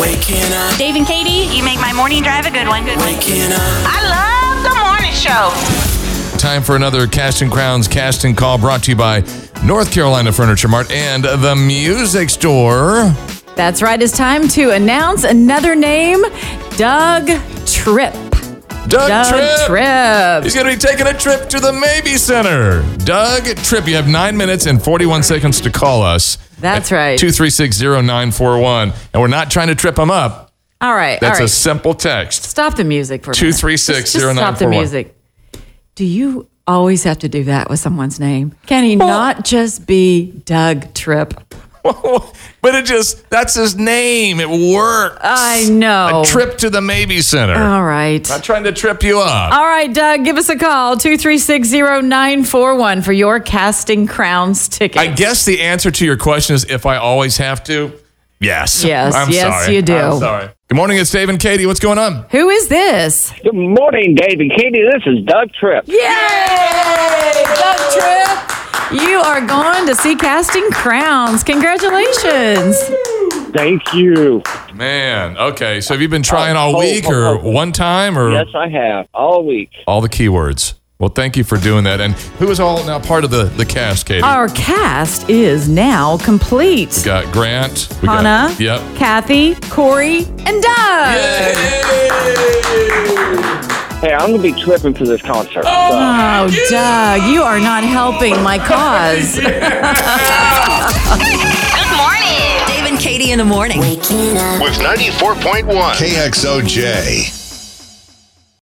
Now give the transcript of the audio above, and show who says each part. Speaker 1: Waking up,
Speaker 2: Dave and Katie,
Speaker 3: You make my morning drive a good one.
Speaker 1: waking up,
Speaker 3: I love the morning show.
Speaker 4: Time for another Cast and Crowns Cast and Call brought to you by North Carolina Furniture Mart and the Music Store.
Speaker 5: That's right. It's time to announce another name Doug Tripp.
Speaker 4: Doug,
Speaker 5: Doug
Speaker 4: Tripp.
Speaker 5: Tripp.
Speaker 4: He's going to be taking a trip to the Maybe Center. Doug Tripp, you have nine minutes and 41 seconds to call us.
Speaker 5: That's right.
Speaker 4: 2360941. And we're not trying to trip him up.
Speaker 5: All right.
Speaker 4: That's
Speaker 5: all
Speaker 4: a
Speaker 5: right.
Speaker 4: simple text.
Speaker 5: stop the music for a minute.
Speaker 4: 236
Speaker 5: Just- just Stop the
Speaker 4: 0941.
Speaker 5: music. Do you always have to do that with someone's name? Can he not just be Doug Tripp?
Speaker 4: but it just, that's his name. It works.
Speaker 5: I know.
Speaker 4: A trip to the Maybe Center.
Speaker 5: Oh. All right.
Speaker 4: Not trying to trip you up.
Speaker 5: All right, Doug, give us a call 2360941 for your casting crowns ticket.
Speaker 4: I guess the answer to your question is if I always have to. Yes.
Speaker 5: Yes,
Speaker 4: I'm
Speaker 5: yes,
Speaker 4: sorry.
Speaker 5: you do.
Speaker 4: I'm sorry. Good morning. It's Dave and Katie. What's going on?
Speaker 5: Who is this?
Speaker 6: Good morning, Dave and Katie. This is Doug Tripp.
Speaker 5: Yay! Doug Tripp, you are going to see Casting Crowns. Congratulations.
Speaker 6: Thank you.
Speaker 4: Man. Okay. So have you been trying
Speaker 6: Oh,
Speaker 4: all
Speaker 6: oh,
Speaker 4: week or
Speaker 6: oh, oh.
Speaker 4: one time or
Speaker 6: Yes, I have all week.
Speaker 4: all the keywords? Well, thank you for doing that. And who is all now part of the, the cast, Katie?
Speaker 5: Our cast is now complete.
Speaker 4: we got Grant. We
Speaker 5: Hannah,
Speaker 4: got Yep.
Speaker 5: Kathy, Corey, and Doug.
Speaker 6: Hey, I'm going to be tripping for this concert. So,
Speaker 5: Oh, Doug, you are not helping my cause.
Speaker 3: Good morning.
Speaker 2: Dave and Katie in the morning.
Speaker 1: waking up.
Speaker 7: with 94.1 KXOJ.